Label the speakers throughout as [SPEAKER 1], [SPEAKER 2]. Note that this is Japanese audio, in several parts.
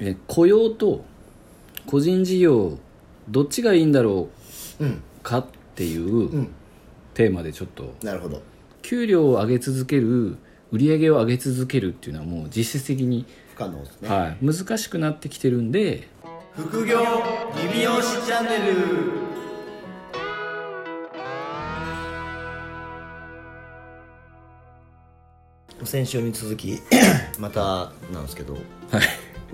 [SPEAKER 1] え雇用と個人事業どっちがいいんだろ
[SPEAKER 2] うん
[SPEAKER 1] うかっていううんテーマでちょっと
[SPEAKER 2] なるほど
[SPEAKER 1] 給料を上げ続ける売り上げを上げ続けるっていうのはもう実質的に、
[SPEAKER 2] 不可能ですね、
[SPEAKER 1] はい、難しくなってきてるんで
[SPEAKER 2] 副業リビオシチャンネル先週に続き またなんですけど
[SPEAKER 1] はい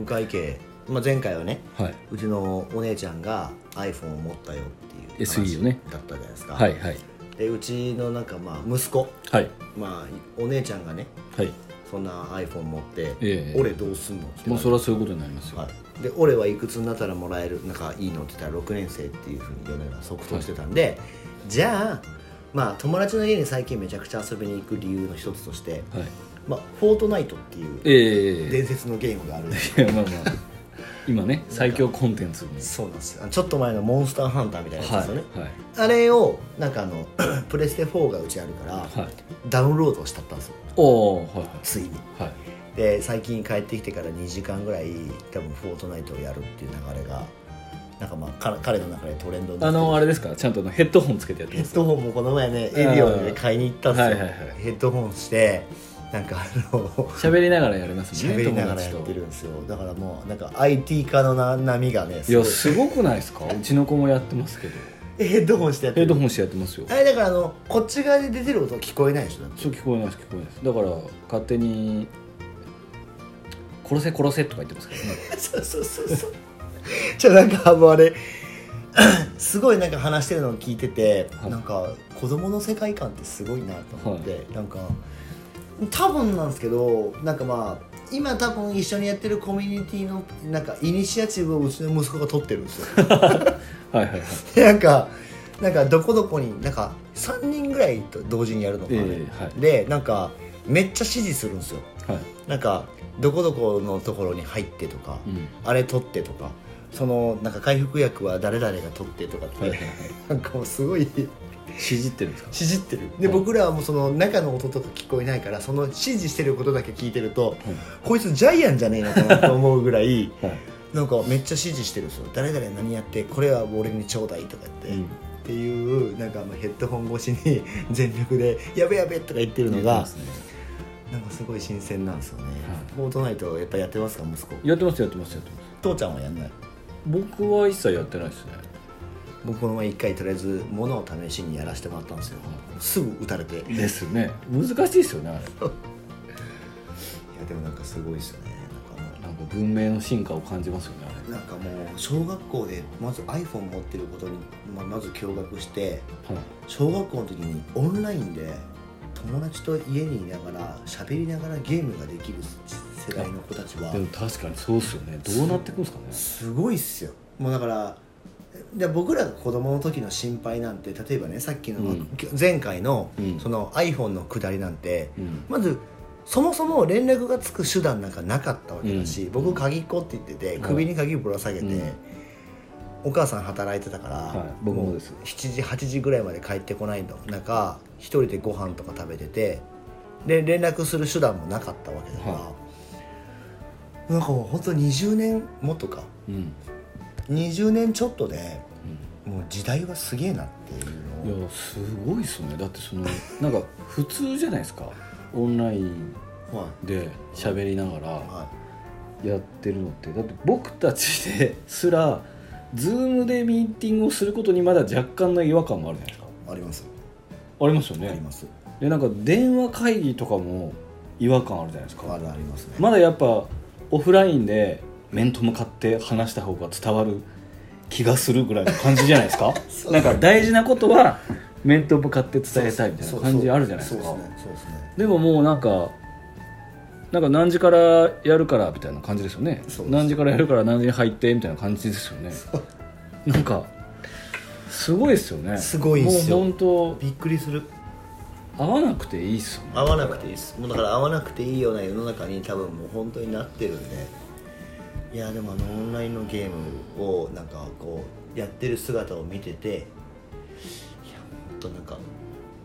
[SPEAKER 2] お会計、まあ、前回はね
[SPEAKER 1] はいう
[SPEAKER 2] ちのお姉ちゃんが iPhone を持ったよっていう
[SPEAKER 1] SE をね
[SPEAKER 2] だったじゃないですか、
[SPEAKER 1] はいはい
[SPEAKER 2] でうちのなんかまあ息子
[SPEAKER 1] はい
[SPEAKER 2] まあお姉ちゃんがね
[SPEAKER 1] はい
[SPEAKER 2] そんな iPhone 持って、
[SPEAKER 1] ええ
[SPEAKER 2] 俺どうすんのって
[SPEAKER 1] もう
[SPEAKER 2] 言われて
[SPEAKER 1] それはそういうことになりますよ、
[SPEAKER 2] はい、で俺はいくつになったらもらえるなんかいいのって言ったら6年生っていうふうに4年が即答してたんで、じゃあまあ友達の家に最近めちゃくちゃ遊びに行く理由の一つとして、
[SPEAKER 1] はい、
[SPEAKER 2] まあ、フォートナイトっていう
[SPEAKER 1] ええ
[SPEAKER 2] 伝説のゲームがある
[SPEAKER 1] いやまあまあ今ね最強コンテンツに
[SPEAKER 2] そうなんですよあのちょっと前のモンスターハンターみたいなやつですよね、
[SPEAKER 1] はいはい
[SPEAKER 2] あれをなんかあのプレステ4がうちあるから、
[SPEAKER 1] はい
[SPEAKER 2] ダウンロードしたったんですよ
[SPEAKER 1] おおはいはい
[SPEAKER 2] ついに
[SPEAKER 1] はい
[SPEAKER 2] で最近帰ってきてから2時間ぐらい多分フォートナイトをやるっていう流れがなんかまあか彼の中でトレンドにな
[SPEAKER 1] あ
[SPEAKER 2] って
[SPEAKER 1] のあれですかちゃんとあのヘッドホンつけてやって
[SPEAKER 2] ヘ
[SPEAKER 1] ま
[SPEAKER 2] ッ
[SPEAKER 1] す
[SPEAKER 2] ドホンもこの前ねエディオンで買いに行ったんですよ、
[SPEAKER 1] はいはいはい
[SPEAKER 2] ヘッドホンしてなんかあの
[SPEAKER 1] 喋りながらやりますもんね
[SPEAKER 2] 喋りながらや
[SPEAKER 1] 友
[SPEAKER 2] って
[SPEAKER 1] 達
[SPEAKER 2] るんですよだからもうなんか IT 化のな波がね
[SPEAKER 1] といやすごくないですかうちの子もやってますけど
[SPEAKER 2] ヘッドホンしてやって
[SPEAKER 1] ヘッ
[SPEAKER 2] る
[SPEAKER 1] ドホンしてやってますよ
[SPEAKER 2] あれだからあのこっち側で出てる音は聞こえないでしょだって
[SPEAKER 1] そう聞こえないです聞こえないですだから勝手に「殺せ殺せ」とか言ってますけど ね
[SPEAKER 2] そうそうそうそうじゃあなんかもうあれ すごいなんか話してるのを聞いてて、
[SPEAKER 1] はい
[SPEAKER 2] なんか子供の世界観ってすごいなと思って、
[SPEAKER 1] は
[SPEAKER 2] なんか多分なんですけどなんかまあ今多分一緒にやってるコミュニティのなんかイニシアチブをうちの息子が取ってるんですよ
[SPEAKER 1] はいはいはい
[SPEAKER 2] でなんかなんかどこどこになんか3人ぐらいと同時にやるのかな、
[SPEAKER 1] ええはい
[SPEAKER 2] でなんかめっちゃ指示するんですよ
[SPEAKER 1] はい、
[SPEAKER 2] なんかどこどこのところに入ってとか、
[SPEAKER 1] うん、
[SPEAKER 2] あれ取ってとかそのなんか回復薬は誰々が取ってとかって、
[SPEAKER 1] はいはいはい
[SPEAKER 2] なんかもうすごい
[SPEAKER 1] しじってるんですか
[SPEAKER 2] しじってるで、
[SPEAKER 1] はい
[SPEAKER 2] 僕らはもうその中の音とか聞こえないからその指示してることだけ聞いてると、こいつジャイアンじゃねえのかなと思うぐ らい
[SPEAKER 1] はい
[SPEAKER 2] なんかめっちゃ指示してるんですよ誰々何やってこれは俺にちょうだいとか言って、
[SPEAKER 1] うん
[SPEAKER 2] っていうなんかまあヘッドホン越しに 全力で「やべやべ」とか言ってるの
[SPEAKER 1] やってま
[SPEAKER 2] が
[SPEAKER 1] すね
[SPEAKER 2] なんかすごい新鮮なんですよね、
[SPEAKER 1] い
[SPEAKER 2] フォートナイトやっぱやってますか息子
[SPEAKER 1] やってますやってますやってます
[SPEAKER 2] 父ちゃんはやんない
[SPEAKER 1] 僕は一切やってないですね
[SPEAKER 2] 僕この前一回とりあえず物を試しにやらせてもらったんですよすぐ打たれていや
[SPEAKER 1] ですね難しいですよねあれ
[SPEAKER 2] でもなんかすごいですよねなんかも
[SPEAKER 1] なんか文明の進化を感じますよね
[SPEAKER 2] うなんかもう小学校でまず iPhone 持ってることにままず驚愕して
[SPEAKER 1] あれ、はい、
[SPEAKER 2] 小学校の時にオンラインで友達と家にいながら喋りながらゲームができる世代の子たちは
[SPEAKER 1] でも確かにそうっすよねどうなっていくんですかね
[SPEAKER 2] すごいっすよもうだからで僕らが子供の時の心配なんて例えばねさっきの、
[SPEAKER 1] うん
[SPEAKER 2] 前回の,、
[SPEAKER 1] うん
[SPEAKER 2] その iPhone の下りなんて、
[SPEAKER 1] うん
[SPEAKER 2] まずそもそも連絡がつく手段なんかなかったわけだし、
[SPEAKER 1] うん
[SPEAKER 2] 僕鍵っ子って言ってて
[SPEAKER 1] い
[SPEAKER 2] 首に鍵ぶら下げて、
[SPEAKER 1] うん
[SPEAKER 2] お母さん働いてたから、
[SPEAKER 1] はい僕も
[SPEAKER 2] う
[SPEAKER 1] です
[SPEAKER 2] 7時8時ぐらいまで帰ってこないの中一人でご飯とか食べててで連絡する手段もなかったわけだから、
[SPEAKER 1] は
[SPEAKER 2] なんかもうほんと20年もっとか
[SPEAKER 1] うん
[SPEAKER 2] 20年ちょっとでもう時代はすげえなっていうのを
[SPEAKER 1] いやすごいっすねだってそのなんか普通じゃないですかオンライン
[SPEAKER 2] は
[SPEAKER 1] で喋りなが
[SPEAKER 2] い
[SPEAKER 1] ら
[SPEAKER 2] は
[SPEAKER 1] やってるのってだって僕たちですら Zoom でミーティングをすることにまだ若干の違和感があるじゃないですか
[SPEAKER 2] いあります
[SPEAKER 1] ありますよ
[SPEAKER 2] あり
[SPEAKER 1] ね
[SPEAKER 2] ます
[SPEAKER 1] でなんか電話会議とかも違和感あるじゃないです
[SPEAKER 2] あ
[SPEAKER 1] か
[SPEAKER 2] るありますね
[SPEAKER 1] まだやっぱオフラインで面と向かって話した方が伝わる気がするぐらいの感じじゃないですか
[SPEAKER 2] そう
[SPEAKER 1] なんか大事なことは面と向かって伝えたいみたいな感じあるじゃないですか
[SPEAKER 2] そうそうそうですね
[SPEAKER 1] でももうなんかなんか何時からやるからみたいな感じですよね
[SPEAKER 2] そうです
[SPEAKER 1] 何時からやるから何時に入ってみたいな感じですよね
[SPEAKER 2] そうですね
[SPEAKER 1] なんかすごいですよね
[SPEAKER 2] すごいっすよ
[SPEAKER 1] もう本
[SPEAKER 2] びっくりする
[SPEAKER 1] 当会わなくていいっすよね
[SPEAKER 2] 合わなくていいですもうだから合わなくていいような世の中に多分もう本当になってるんでいやでもあのオンラインのゲームをなんかこうやってる姿を見てていや本当なんか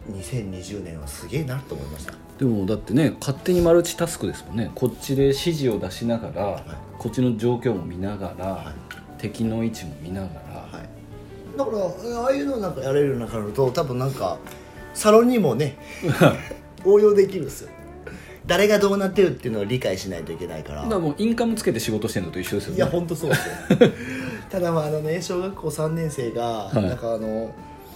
[SPEAKER 2] 2020年はすげえなと思いました
[SPEAKER 1] でもだってね勝手にマルチタスクですもんねこっちで指示を出しながら、こっちの状況も見ながら、
[SPEAKER 2] い
[SPEAKER 1] 敵の位置も見ながら、
[SPEAKER 2] はい、だからああいうのなんかやれるようになると多分なんかサロンに もね応用できるんですよ誰がどうなってるっていうのを理解しないといけないから
[SPEAKER 1] だからもうインカムつけて仕事してるのと一緒ですよね
[SPEAKER 2] いや本当そうです よただまああのね小学校3年生が、
[SPEAKER 1] い
[SPEAKER 2] なんかあの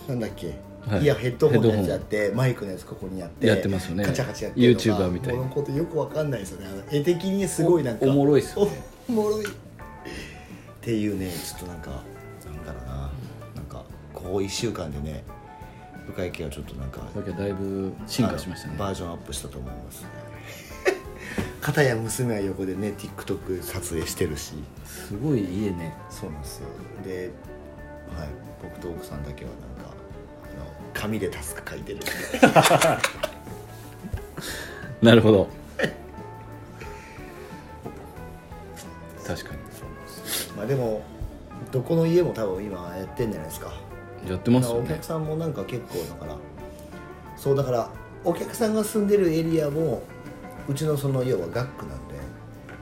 [SPEAKER 2] なんだっけ、
[SPEAKER 1] はい
[SPEAKER 2] い、やヘッドホンのやつやってマイクのやつここにやって
[SPEAKER 1] やってますよね
[SPEAKER 2] カチャカチャやってるのが
[SPEAKER 1] YouTuber みたいな
[SPEAKER 2] もうこのことよくわかんないですよねあの絵的にすごいなんか
[SPEAKER 1] おおもろいっすよね
[SPEAKER 2] おおもろいっていうねちょっとなんかなんだろうななんかここ1週間でね深井家はちょっとなんか
[SPEAKER 1] だけどだいぶ進化しましたね
[SPEAKER 2] バージョンアップしたと思いますね片や娘は横でね TikTok 撮影してるし
[SPEAKER 1] すごい家ね
[SPEAKER 2] そうなんですよで、はい、僕と奥さんだけはなんかあの紙でタスク書いてる
[SPEAKER 1] なるほ ど確か
[SPEAKER 2] まあでもどこの家も多分今やってんじゃないですか
[SPEAKER 1] にやってますよ
[SPEAKER 2] お
[SPEAKER 1] ね
[SPEAKER 2] 客さんもなんか結構だからそうだからお客さんが住んでるエリアもうちのその要は学区なんで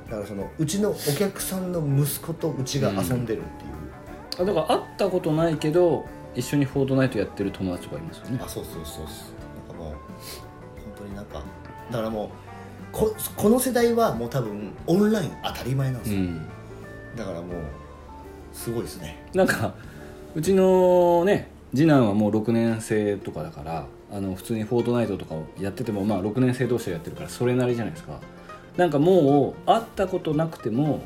[SPEAKER 2] だからそのうちのお客さんの息子とうちが遊んでるっていう、
[SPEAKER 1] あだから会ったことないけど一緒にフォートナイトやってる友達とかいますよね
[SPEAKER 2] あそうそうそうそうなんかもう本当になんかだからもうここの世代はもう多分オンライン当たり前なんで
[SPEAKER 1] う
[SPEAKER 2] すよ、
[SPEAKER 1] ん
[SPEAKER 2] だからもうすごいですね
[SPEAKER 1] なんかうちのね次男はもう6年生とかだからあの普通に「フォートナイト」とかをやっててもまあ6年生同士でやってるからそれなりじゃないですかなんかもう会ったことなくても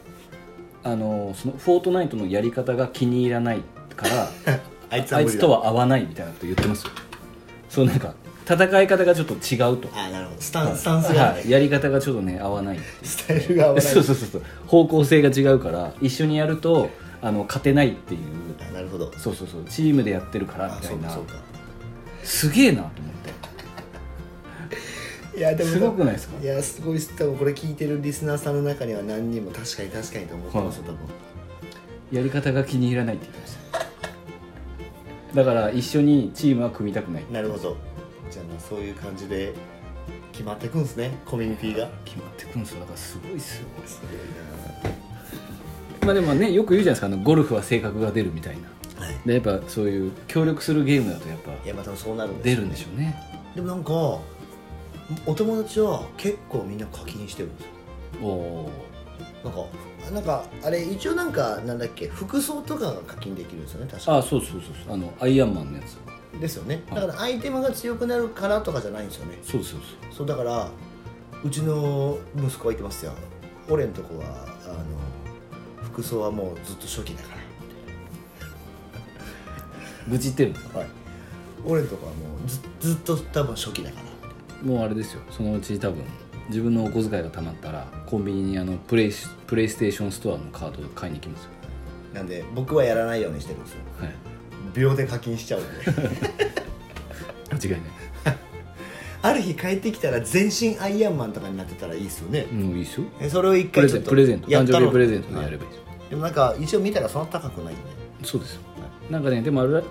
[SPEAKER 1] あのその「フォートナイト」のやり方が気に入らないから
[SPEAKER 2] あいつ
[SPEAKER 1] あいつとは合わないみたいなこと言ってますよそうなんか戦い方がちょっと違うと
[SPEAKER 2] あなるほどスタンスタンスが、
[SPEAKER 1] はいやり方がちょっとね合わないって
[SPEAKER 2] スタイルが合わない
[SPEAKER 1] そうそうそうそう方向性が違うから一緒にやるとあの勝てないっていう
[SPEAKER 2] あなるほど
[SPEAKER 1] そうそうそうチームでやってるからみ
[SPEAKER 2] あ
[SPEAKER 1] た
[SPEAKER 2] そう
[SPEAKER 1] い
[SPEAKER 2] か
[SPEAKER 1] な
[SPEAKER 2] そうか
[SPEAKER 1] すげえなと思っ
[SPEAKER 2] いやで
[SPEAKER 1] て
[SPEAKER 2] も
[SPEAKER 1] すごくないですか
[SPEAKER 2] いやすごいっす多分これ聞いてるリスナーさんの中には何人も確かに確かにと思ってますよ多分
[SPEAKER 1] やり方が気に入らないって言ってましただから一緒にチームは組みたくない
[SPEAKER 2] なるほどじゃあまあそういう感じで決まってくんですねコミュニティが
[SPEAKER 1] 決まってくんですよだからすごいっすよ
[SPEAKER 2] すごいな
[SPEAKER 1] まあでもねよく言うじゃないですかあのゴルフは性格が出るみたいな
[SPEAKER 2] はい、
[SPEAKER 1] でやっぱそういう協力するゲームだとやっぱ
[SPEAKER 2] いやまあ多分そうなるんです
[SPEAKER 1] 出
[SPEAKER 2] よ
[SPEAKER 1] るんでしょうね
[SPEAKER 2] でもなんかお友達は結構みんな課金してるんです
[SPEAKER 1] お
[SPEAKER 2] よ
[SPEAKER 1] お
[SPEAKER 2] なんかあなんかあれ一応なんかなんだっけ服装とかが課金できるんですよね確
[SPEAKER 1] あ
[SPEAKER 2] か
[SPEAKER 1] あそうそうそうそうあのアイアンマンのやつ
[SPEAKER 2] ですよね
[SPEAKER 1] はい
[SPEAKER 2] だからアイテムが強くなるからとかじゃないんですよね
[SPEAKER 1] そうそうそう
[SPEAKER 2] そうだからうちの息子は言ってますよ俺んとこはあの服装はもうずっと初期だか、
[SPEAKER 1] 愚痴ってるんですから
[SPEAKER 2] はい、俺んとこはもうずずっと多分初期だから
[SPEAKER 1] もうあれですよそのうち多分自分のお小遣いがたまったらコンビニにあのプレイスプレイステーションストアのカードを買いに行きますよ、
[SPEAKER 2] なんで僕はやらないようにしてるんですよ
[SPEAKER 1] はい、
[SPEAKER 2] 秒で課金しちゃうんで
[SPEAKER 1] 間違い
[SPEAKER 2] ある日帰ってきたら全身アイアンマンとかになってたらいいですよね、
[SPEAKER 1] ないもういいですよ
[SPEAKER 2] えそれを一
[SPEAKER 1] プレ
[SPEAKER 2] 回ち
[SPEAKER 1] ゼ
[SPEAKER 2] ょ
[SPEAKER 1] ント
[SPEAKER 2] っと
[SPEAKER 1] プレゼント
[SPEAKER 2] や
[SPEAKER 1] 誕
[SPEAKER 2] ったろ
[SPEAKER 1] 生日プレゼントでやればいいですよ
[SPEAKER 2] でもなんか一応見たらそんな高くないんで
[SPEAKER 1] そうですよなんかねでもあれら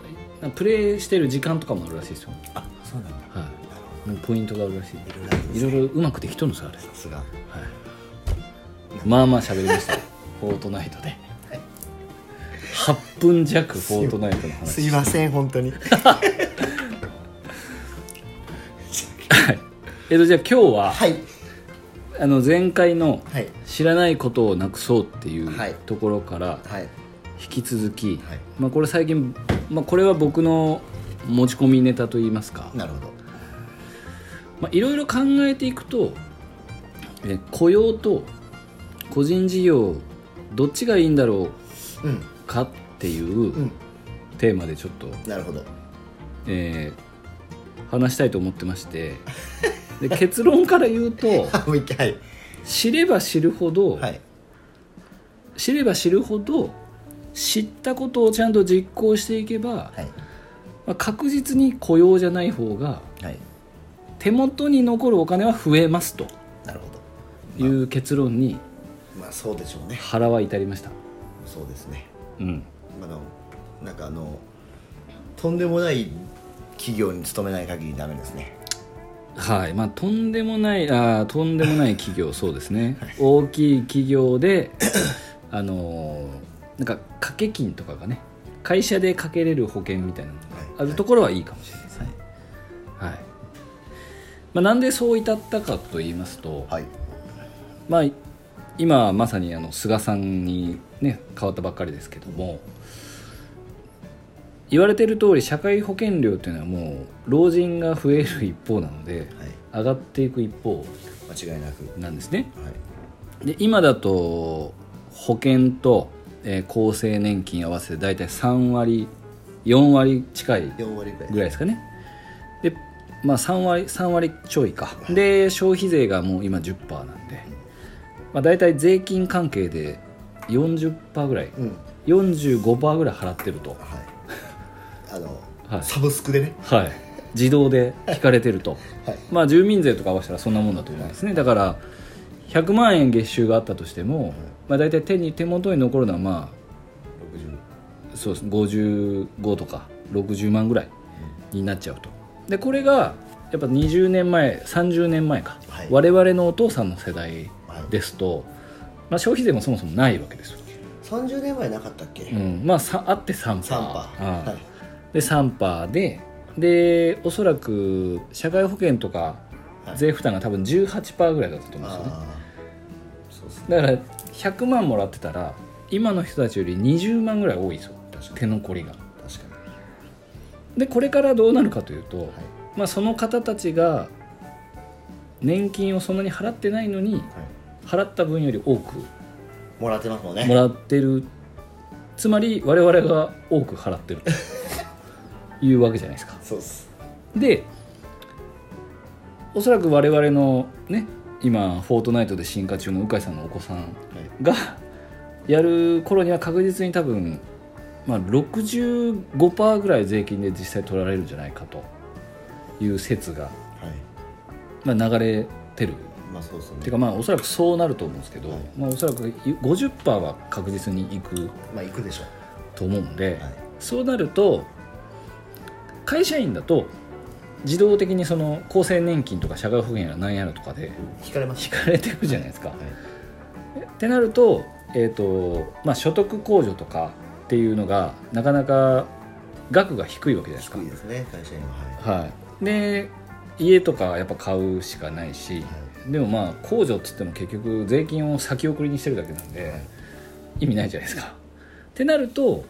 [SPEAKER 1] なんかプレイしてる時間とかもあるらしいですよ
[SPEAKER 2] あそうなんだ
[SPEAKER 1] はいな
[SPEAKER 2] なる
[SPEAKER 1] んかポイントがあるらしい
[SPEAKER 2] ほどいろいろあるんで
[SPEAKER 1] い
[SPEAKER 2] す
[SPEAKER 1] ろい
[SPEAKER 2] ね
[SPEAKER 1] ろうまくできとるんですよあれ
[SPEAKER 2] さすが
[SPEAKER 1] まあまあ喋りましたよフォートナイトで8分弱フォートナイトの話
[SPEAKER 2] すいません 本当に
[SPEAKER 1] えっとじゃあ今日は
[SPEAKER 2] はい
[SPEAKER 1] あの前回の
[SPEAKER 2] はい
[SPEAKER 1] 知らないことをなくそうっていう
[SPEAKER 2] はい
[SPEAKER 1] ところから
[SPEAKER 2] はい
[SPEAKER 1] 引き続き、
[SPEAKER 2] はい
[SPEAKER 1] まあ、これ最近、まあ、これは僕の持ち込みネタといいますか
[SPEAKER 2] なるほど
[SPEAKER 1] まあいろいろ考えていくとえ雇用と個人事業どっちがいいんだろ
[SPEAKER 2] うん
[SPEAKER 1] うかっていううんテーマでちょっと、
[SPEAKER 2] なるほど
[SPEAKER 1] えー話したいと思ってましてで結論から言うと
[SPEAKER 2] あもう一回
[SPEAKER 1] 知れば知るほど、
[SPEAKER 2] はいはい
[SPEAKER 1] 知れば知るほど知ったことをちゃんと実行していけば、
[SPEAKER 2] はい
[SPEAKER 1] まあ確実に雇用じゃない方が
[SPEAKER 2] はい
[SPEAKER 1] 手元に残るお金は増えますと
[SPEAKER 2] なるほど
[SPEAKER 1] いう結論に
[SPEAKER 2] まあそうでしょうね
[SPEAKER 1] 腹は至りました、
[SPEAKER 2] そうですね
[SPEAKER 1] うん、
[SPEAKER 2] まあのなんかあのとんでもない企業に勤めない限りダメですね
[SPEAKER 1] はいまあ、とんでもないあーとんでもない企業そうですね、大きい企業であのーなんか掛け金とかがね会社でかけれる保険みたいなのがあるところはいいかもしれないですね、はいまあ、なんでそう至ったかと言いますと、
[SPEAKER 2] はい
[SPEAKER 1] まあ、今まさにあの菅さんに、ね、変わったばっかりですけども言われてる通り社会保険料というのはもう老人が増える一方なので
[SPEAKER 2] はい
[SPEAKER 1] 上がっていく一方
[SPEAKER 2] 間違いなく
[SPEAKER 1] なんですね
[SPEAKER 2] はい
[SPEAKER 1] で今だと保険と、えー厚生年金合わせて大体3割4割近い
[SPEAKER 2] 4割ぐらい
[SPEAKER 1] ぐらいですかねでまあ3割3割ちょいかで消費税がもう今10%なんで、まあ、大体税金関係で40%ぐらい
[SPEAKER 2] うんは
[SPEAKER 1] 45%ぐらい払ってると
[SPEAKER 2] い あの、
[SPEAKER 1] はい
[SPEAKER 2] サブスクでね
[SPEAKER 1] はい自動で引かれてると
[SPEAKER 2] はい
[SPEAKER 1] まあ住民税とか合わせたらそんなもんだと思うんですねだから100万円月収があったとしても、まあ、大体手に手元に残るのはまあ
[SPEAKER 2] 60
[SPEAKER 1] そうです55とか60万ぐらいになっちゃうとでこれがやっぱ20年前30年前か、
[SPEAKER 2] はい
[SPEAKER 1] 我々のお父さんの世代
[SPEAKER 2] はい
[SPEAKER 1] ですと、まあ、消費税もそもそもないわけですよ、
[SPEAKER 2] 30年前なかったっけ、
[SPEAKER 1] うんまあ、さあって3%
[SPEAKER 2] 三パ
[SPEAKER 1] うん
[SPEAKER 2] ー、はい、
[SPEAKER 1] で3%ででおそらく社会保険とか
[SPEAKER 2] はい
[SPEAKER 1] 税負担が多分18%ぐらいだったと思うんですよね、
[SPEAKER 2] あーそうですね
[SPEAKER 1] だから100万もらってたら今の人たちより20万ぐらい多いんですよ
[SPEAKER 2] 確かに
[SPEAKER 1] 手残りが
[SPEAKER 2] 確かに
[SPEAKER 1] でこれからどうなるかというと、
[SPEAKER 2] はい
[SPEAKER 1] まあ、その方たちが年金をそんなに払ってないのに
[SPEAKER 2] はい
[SPEAKER 1] 払った分より多く
[SPEAKER 2] もらってますもんね
[SPEAKER 1] もらってるつまり我々が多く払ってるというわけじゃないですか
[SPEAKER 2] そうっす
[SPEAKER 1] でおそらく我々のね今「フォートナイト」で進化中の鵜飼さんのお子さん
[SPEAKER 2] はい
[SPEAKER 1] がやる頃には確実に多分、まあ、65%ぐらい税金で実際取られるんじゃないかという説が、
[SPEAKER 2] はい
[SPEAKER 1] まあ、流れてる
[SPEAKER 2] まあそうですね
[SPEAKER 1] ていうかまあおそらくそうなると思うんですけど、
[SPEAKER 2] はい
[SPEAKER 1] まあ、おそらく50%は確実にいく
[SPEAKER 2] まあ行くでしょう
[SPEAKER 1] と思うんで、
[SPEAKER 2] はい
[SPEAKER 1] そうなると会社員だと自動的にその厚生年金とか社会保険やら何やらとかで
[SPEAKER 2] 引かれます
[SPEAKER 1] 引かれてくじゃないですか。
[SPEAKER 2] はい
[SPEAKER 1] ってなると,、えーとまあ、所得控除とかっていうのがなかなか額が低いわけじゃないですか
[SPEAKER 2] 低い。ですね会社員はは
[SPEAKER 1] はい、で家とかやっぱ買うしかないし、でもまあ控除っつっても結局税金を先送りにしてるだけなんで、
[SPEAKER 2] はい
[SPEAKER 1] 意味ないじゃないですか。ってなると、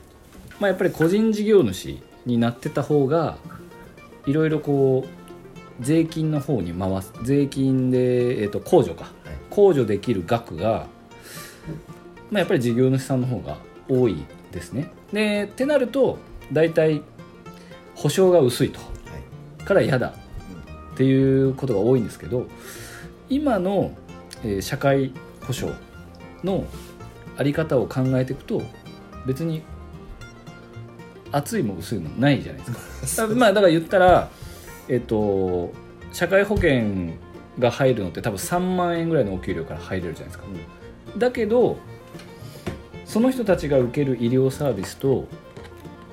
[SPEAKER 1] まあ、やっぱり個人事業主になってた方がいろいろこう税金の方に回す税金で、えー、と控除か
[SPEAKER 2] はい
[SPEAKER 1] 控除できる額が、まあ、やっぱり事業主さんの方が多いですね。でってなると大体保証が薄いと。
[SPEAKER 2] いはい
[SPEAKER 1] から嫌だっていうことが多いんですけど今の、えー社会保障のあり方を考えていくと別に熱いも薄いもないじゃない ですかだまあだから言ったらえっ、と社会保険が入るのって多分3万円ぐらいのお給料から入れるじゃないですか、だけどその人たちが受ける医療サービスと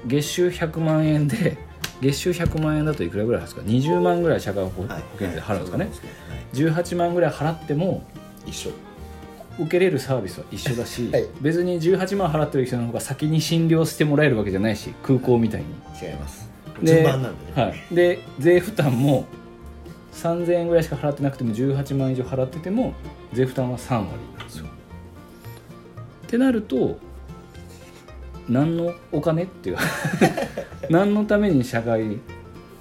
[SPEAKER 1] 月収100万円で月収100万円だといくらぐらい払うんですか20万ぐらい社会保保
[SPEAKER 2] はい
[SPEAKER 1] 険で払うんですかね、
[SPEAKER 2] そうなんで
[SPEAKER 1] 18万ぐらい払っても
[SPEAKER 2] はい一緒
[SPEAKER 1] 受けれるサービスは一緒だし、
[SPEAKER 2] はい
[SPEAKER 1] 別に18万払ってる人の方が先に診療してもらえるわけじゃないし空港みたいに、
[SPEAKER 2] 違います
[SPEAKER 1] で
[SPEAKER 2] 順番なんでね
[SPEAKER 1] はい、で税負担も3000円ぐらいしか払ってなくても18万以上払ってても税負担は3割なんですよ。ってなると何のお金って いう何のために社会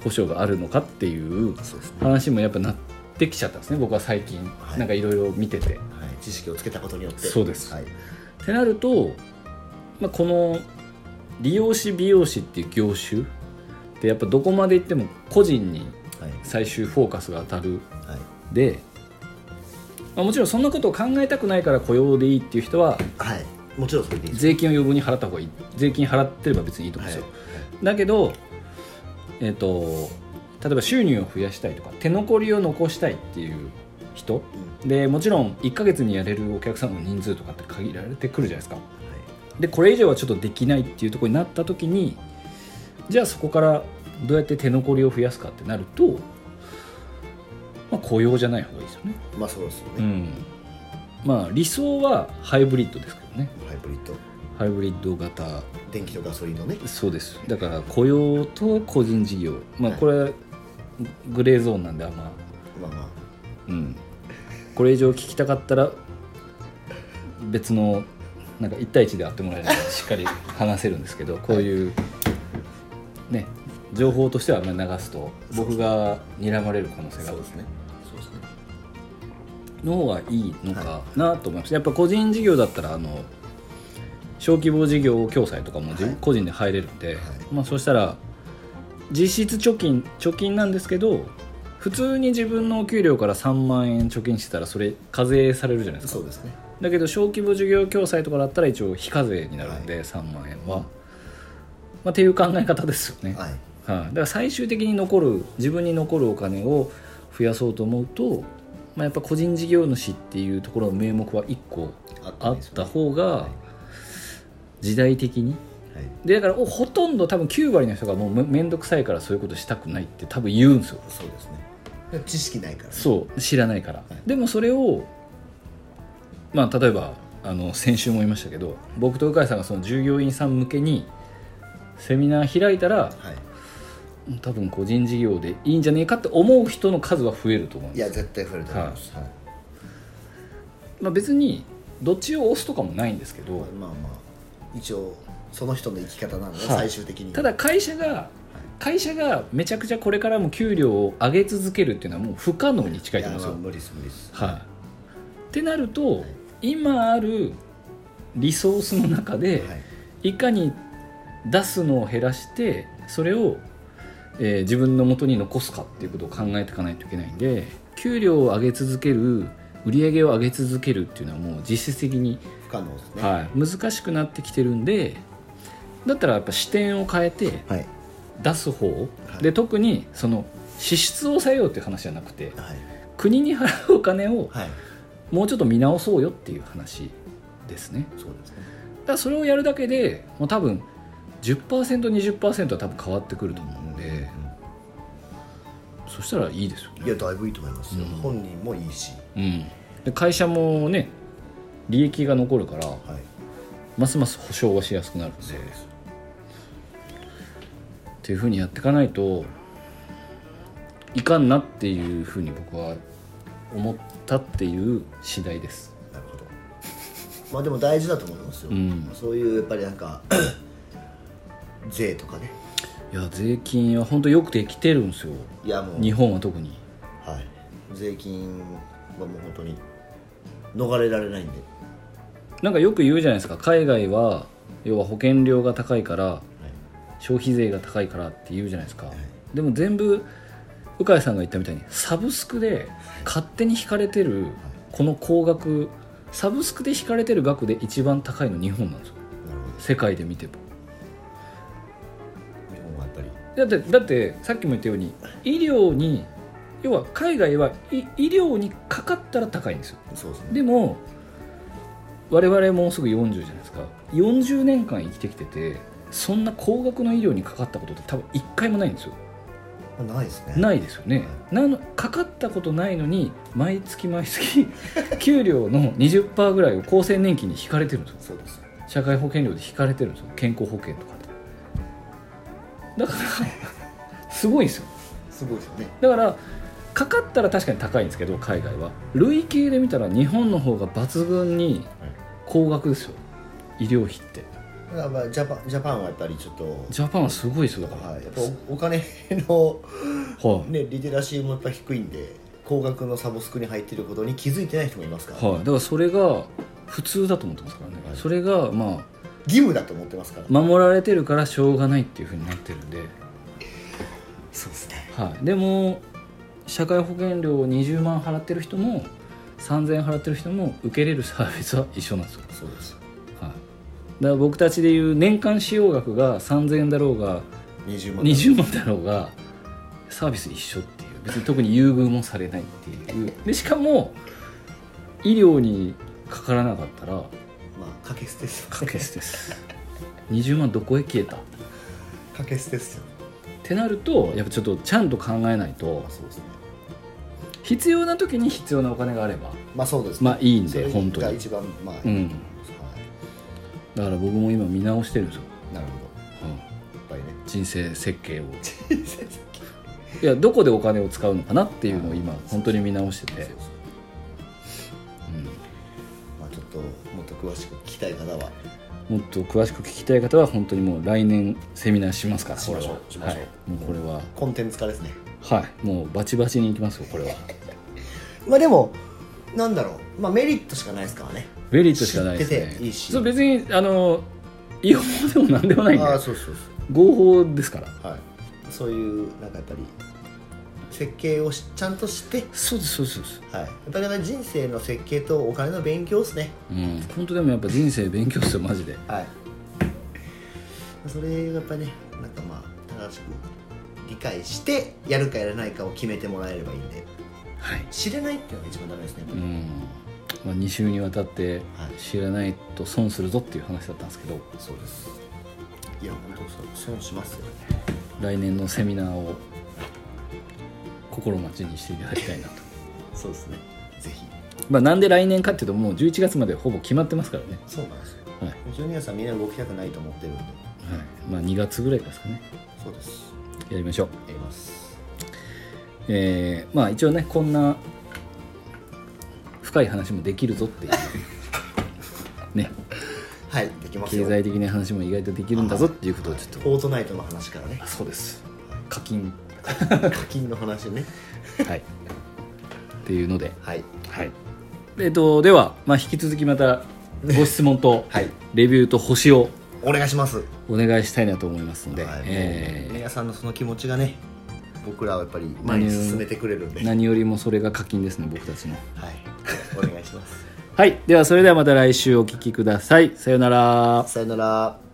[SPEAKER 1] 保障があるのかっていう
[SPEAKER 2] そうですね
[SPEAKER 1] 話もやっぱなってきちゃったんですね僕は最近
[SPEAKER 2] はい
[SPEAKER 1] なんかいろいろ見てて。
[SPEAKER 2] はい知識をつけたことによって
[SPEAKER 1] そうです
[SPEAKER 2] はい
[SPEAKER 1] ってなると、まあ、この理容師美容師っていう業種でやっぱどこまで行っても個人に
[SPEAKER 2] はい
[SPEAKER 1] 最終フォーカスが当たる
[SPEAKER 2] はい
[SPEAKER 1] で、まあ、もちろんそんなことを考えたくないから雇用でいいっていう人は
[SPEAKER 2] はいもちろんそれでいいです
[SPEAKER 1] 税金を余分に払った方がいい税金払ってれば別にいいと思
[SPEAKER 2] は
[SPEAKER 1] うん
[SPEAKER 2] い
[SPEAKER 1] ですよ、だけど、えっと例えば収入を増やしたいとか手残りを残したいっていう人でもちろん1ヶ月にやれるお客さんの人数とかって限られてくるじゃないですかでこれ以上はちょっとできないっていうところになった時にじゃあそこからどうやって手残りを増やすかってなるとまあ、雇用じゃない方がいいですよね、
[SPEAKER 2] まあそうですよ
[SPEAKER 1] う
[SPEAKER 2] ね、
[SPEAKER 1] ん、まあ理想はハイブリッドですけどね
[SPEAKER 2] ハイブリッド
[SPEAKER 1] ハイブリッド型
[SPEAKER 2] 電気とガソリンのね
[SPEAKER 1] そうですだから雇用と個人事業まあ
[SPEAKER 2] はい
[SPEAKER 1] これはグレーゾーンなんであんま
[SPEAKER 2] まあまあ
[SPEAKER 1] うんこれ以上聞きたかったら別のなんか1対1で会ってもらえればしっかり話せるんですけどこういうね情報としてはあんまり流すと僕が睨まれる可能性がある
[SPEAKER 2] すねそうですね
[SPEAKER 1] の方がいいのかなと思います、やっぱ個人事業だったらあの小規模事業共済とかもじ、
[SPEAKER 2] はい
[SPEAKER 1] 個人で入れるんで、
[SPEAKER 2] はい
[SPEAKER 1] まあ、そしたら実質貯金貯金なんですけど普通に自分のお給料から3万円貯金してたらそれ課税されるじゃないです
[SPEAKER 2] そ
[SPEAKER 1] か
[SPEAKER 2] うですね
[SPEAKER 1] だけど小規模事業共済とかだったら一応非課税になるんで、3万円は、まあ、っていう考え方ですよね、
[SPEAKER 2] はい
[SPEAKER 1] はい、だから最終的に残る自分に残るお金を増やそうと思うと、まあ、やっぱ個人事業主っていうところの名目は1個
[SPEAKER 2] あっ
[SPEAKER 1] あ
[SPEAKER 2] ん
[SPEAKER 1] っ
[SPEAKER 2] ですよ
[SPEAKER 1] た方が時代的に
[SPEAKER 2] はい
[SPEAKER 1] でだからおほとんど多分9割の人がもうめ面倒くさいからそういうことしたくないって多分言うんですよ
[SPEAKER 2] そうですねで知識ないからね
[SPEAKER 1] そう知らないから、
[SPEAKER 2] い
[SPEAKER 1] でもそれをまあ例えばあの先週も言いましたけど僕と鵜飼さんがその従業員さん向けにセミナー開いたら
[SPEAKER 2] はい
[SPEAKER 1] 多分個人事業でいいんじゃねえかって思う人の数は増えると思うん
[SPEAKER 2] い
[SPEAKER 1] です
[SPEAKER 2] や絶対触れてます、はい
[SPEAKER 1] まあ、別にどっちを押すとかもないんですけど
[SPEAKER 2] まあまあ一応その人の生き方なので、
[SPEAKER 1] はい
[SPEAKER 2] 最終的に
[SPEAKER 1] ただ会社が会社がめちゃくちゃこれからも給料を上げ続けるっていうのはもう不可能に近いと思うん
[SPEAKER 2] い
[SPEAKER 1] です
[SPEAKER 2] やそう
[SPEAKER 1] よ。
[SPEAKER 2] 無理です無理です
[SPEAKER 1] はい、ってなると今あるリソースの中で
[SPEAKER 2] はい
[SPEAKER 1] いかに出すのを減らしてそれを、えー自分の元に残すかっていうことを考えていかないといけないんで給料を上げ続ける売り上げを上げ続けるっていうのはもう実質的に、
[SPEAKER 2] 不可能ですね
[SPEAKER 1] はい、難しくなってきてるんでだったらやっぱ視点を変えて
[SPEAKER 2] はいはい
[SPEAKER 1] 出す方を、
[SPEAKER 2] はい
[SPEAKER 1] で特にその支出を抑えようっていう話じゃなくて
[SPEAKER 2] はい
[SPEAKER 1] 国に払うお金を
[SPEAKER 2] はい
[SPEAKER 1] もうちょっと見直そうよっていう話ですね
[SPEAKER 2] そうですね
[SPEAKER 1] だからそれをやるだけでもう多分 10%20% は多分変わってくると思うんで、そしたらいいですよ
[SPEAKER 2] い
[SPEAKER 1] ね、
[SPEAKER 2] やだいぶいいと思いますよ、
[SPEAKER 1] うん
[SPEAKER 2] 本人もいいし
[SPEAKER 1] うん、で会社もね利益が残るから
[SPEAKER 2] はい
[SPEAKER 1] ますます保証はしやすくなるんで
[SPEAKER 2] す
[SPEAKER 1] っていうふうにやっていかないといかんなっていうふうに僕は思ったっていう次第です
[SPEAKER 2] なるほどまあでも大事だと思いますよ、
[SPEAKER 1] うん
[SPEAKER 2] そういうやっぱりなんか 税とかね
[SPEAKER 1] いや税金は本当よくできてるんですよ
[SPEAKER 2] いやもう
[SPEAKER 1] 日本は特に
[SPEAKER 2] はい、税金はもう本当に逃れられないんで
[SPEAKER 1] なんかよく言うじゃないですか海外は要は保険料が高いから消費税が高いからって言うじゃないですか、でも全部鵜飼さんが言ったみたいにサブスクで勝手に引かれてるこの高額サブスクで引かれてる額で一番高いの日本なんですよ
[SPEAKER 2] なるほ
[SPEAKER 1] 世界で見ても
[SPEAKER 2] ど日本はやっぱり
[SPEAKER 1] だってだってさっきも言ったように医療に要は海外はい医療にかかったら高いんですよ
[SPEAKER 2] そうですね
[SPEAKER 1] でも我々もうすぐ40じゃないですか40年間生きてきててそんな高額の医療にかかったことって多分一回もないんですよ
[SPEAKER 2] ないですね
[SPEAKER 1] ないですよねなのかかったことないのに毎月毎月 給料の20%ぐらいを厚生年金に引かれてるんですよ
[SPEAKER 2] そうですよ
[SPEAKER 1] 社会保険料で引かれてるんですよ健康保険とかでだからすごいんですよ
[SPEAKER 2] すごいですよね
[SPEAKER 1] だからかかったら確かに高いんですけど海外は累計で見たら日本の方が抜群に高額ですよ医療費って
[SPEAKER 2] だからまあジャパンジャパンはやっぱりちょっと
[SPEAKER 1] ジャパンはすごいですよだから
[SPEAKER 2] はい、やっぱおお金の、
[SPEAKER 1] はい、
[SPEAKER 2] ね、リテラシーもやっぱ低いんで高額のサブスクに入っていることに気づいてない人もいますから、
[SPEAKER 1] はい、だからそれが普通だと思ってますからね、
[SPEAKER 2] はい
[SPEAKER 1] それがまあ
[SPEAKER 2] 義務だと思ってますから、
[SPEAKER 1] 守られてるからしょうがないっていうふうになってるんで、
[SPEAKER 2] そうですね
[SPEAKER 1] はい、でも社会保険料を20万払ってる人も3000円払ってる人も受けれるサービスは一緒なんですよ、はい、
[SPEAKER 2] そうですよ
[SPEAKER 1] だから僕たちでいう年間使用額が3000円だろうが
[SPEAKER 2] 20万
[SPEAKER 1] 20万だろうがサービス一緒っていう別に特に優遇もされないっていうでしかも医療にかからなかったら
[SPEAKER 2] まあ掛け捨てです
[SPEAKER 1] 掛け捨てです20万どこへ消えたっ
[SPEAKER 2] 掛け捨てですよ
[SPEAKER 1] てなるとやっぱちょっとちゃんと考えないと
[SPEAKER 2] そうですね
[SPEAKER 1] 費必要な時に必要なお金があれば
[SPEAKER 2] まあそうです、
[SPEAKER 1] まあいいんで
[SPEAKER 2] それ
[SPEAKER 1] 本当に
[SPEAKER 2] が一番まあ、
[SPEAKER 1] う
[SPEAKER 2] はい
[SPEAKER 1] んだから僕も今見直してるんですよ、
[SPEAKER 2] なるほ
[SPEAKER 1] うん
[SPEAKER 2] どいっぱいね
[SPEAKER 1] 人生設計をいやどこでお金を使うのかなっていうのを今本当に見直してて
[SPEAKER 2] そうそうまあちょっともっと詳しく聞きたい方は
[SPEAKER 1] もっと詳しく聞きたい方は本当にもう来年セミナーしますから
[SPEAKER 2] しましょう
[SPEAKER 1] これは
[SPEAKER 2] しましょう
[SPEAKER 1] はい、もうこれは
[SPEAKER 2] コンテンツ化ですね
[SPEAKER 1] はいもうバチバチにいきますよこれは
[SPEAKER 2] まあでもなんだろうまあメリットしかないですからね
[SPEAKER 1] メリットしかないですね
[SPEAKER 2] 知ってていいし
[SPEAKER 1] そう別にあの違法でも何でもないんで
[SPEAKER 2] ああそうそうそ
[SPEAKER 1] 合法ですから
[SPEAKER 2] うはいそういうなんかやっぱり設計をしちゃんとして
[SPEAKER 1] そうですそうですそうです
[SPEAKER 2] はいやっぱりだから人生の設計とお金の勉強ですね
[SPEAKER 1] うん本当でもやっぱ人生勉強ですよマジで
[SPEAKER 2] はいそれがやっぱりねなんかまあ正しく理解してやるかやらないかを決めてもらえればいいんで
[SPEAKER 1] はい
[SPEAKER 2] 知れないっていうのが一番ダメですね、
[SPEAKER 1] うん、まあ、2週にわたって
[SPEAKER 2] はい
[SPEAKER 1] 知らないと損するぞっていう話だったんですけど
[SPEAKER 2] そうですいや本当そう損しますよ
[SPEAKER 1] 来年のセミナーを心待ちにしていただきたいなと
[SPEAKER 2] そうですねぜひ
[SPEAKER 1] まあなんで来年かっていうともう11月までほぼ決まってますからね、
[SPEAKER 2] そうなんですよ
[SPEAKER 1] はいは
[SPEAKER 2] ジュニアさんみんな動きたくないと思ってるんで
[SPEAKER 1] いまあ、2月ぐらいですかね
[SPEAKER 2] そうです
[SPEAKER 1] やりましょう
[SPEAKER 2] やります
[SPEAKER 1] えーまあ一応ねこんな深い話もできるぞ っていうね
[SPEAKER 2] はいできます
[SPEAKER 1] 経
[SPEAKER 2] よ
[SPEAKER 1] 済的な話も意外とできるんだぞっていうことをちょっと
[SPEAKER 2] フォートナイトの話からね
[SPEAKER 1] そうです課金
[SPEAKER 2] 課金の話ね
[SPEAKER 1] はいっていうので
[SPEAKER 2] はい
[SPEAKER 1] はいえっとでは、まあ、引き続きまたご質問と
[SPEAKER 2] はい
[SPEAKER 1] レビューと星を
[SPEAKER 2] お願いします
[SPEAKER 1] お願いしたいなと思いますので、
[SPEAKER 2] はい
[SPEAKER 1] えー
[SPEAKER 2] 皆さんのその気持ちがね僕らをやっぱり前に進めてくれるんではい
[SPEAKER 1] 何よりもそれが課金ですね僕たちの
[SPEAKER 2] お願いします
[SPEAKER 1] はいではそれではまた来週お聞きくださいさようなら
[SPEAKER 2] さよなら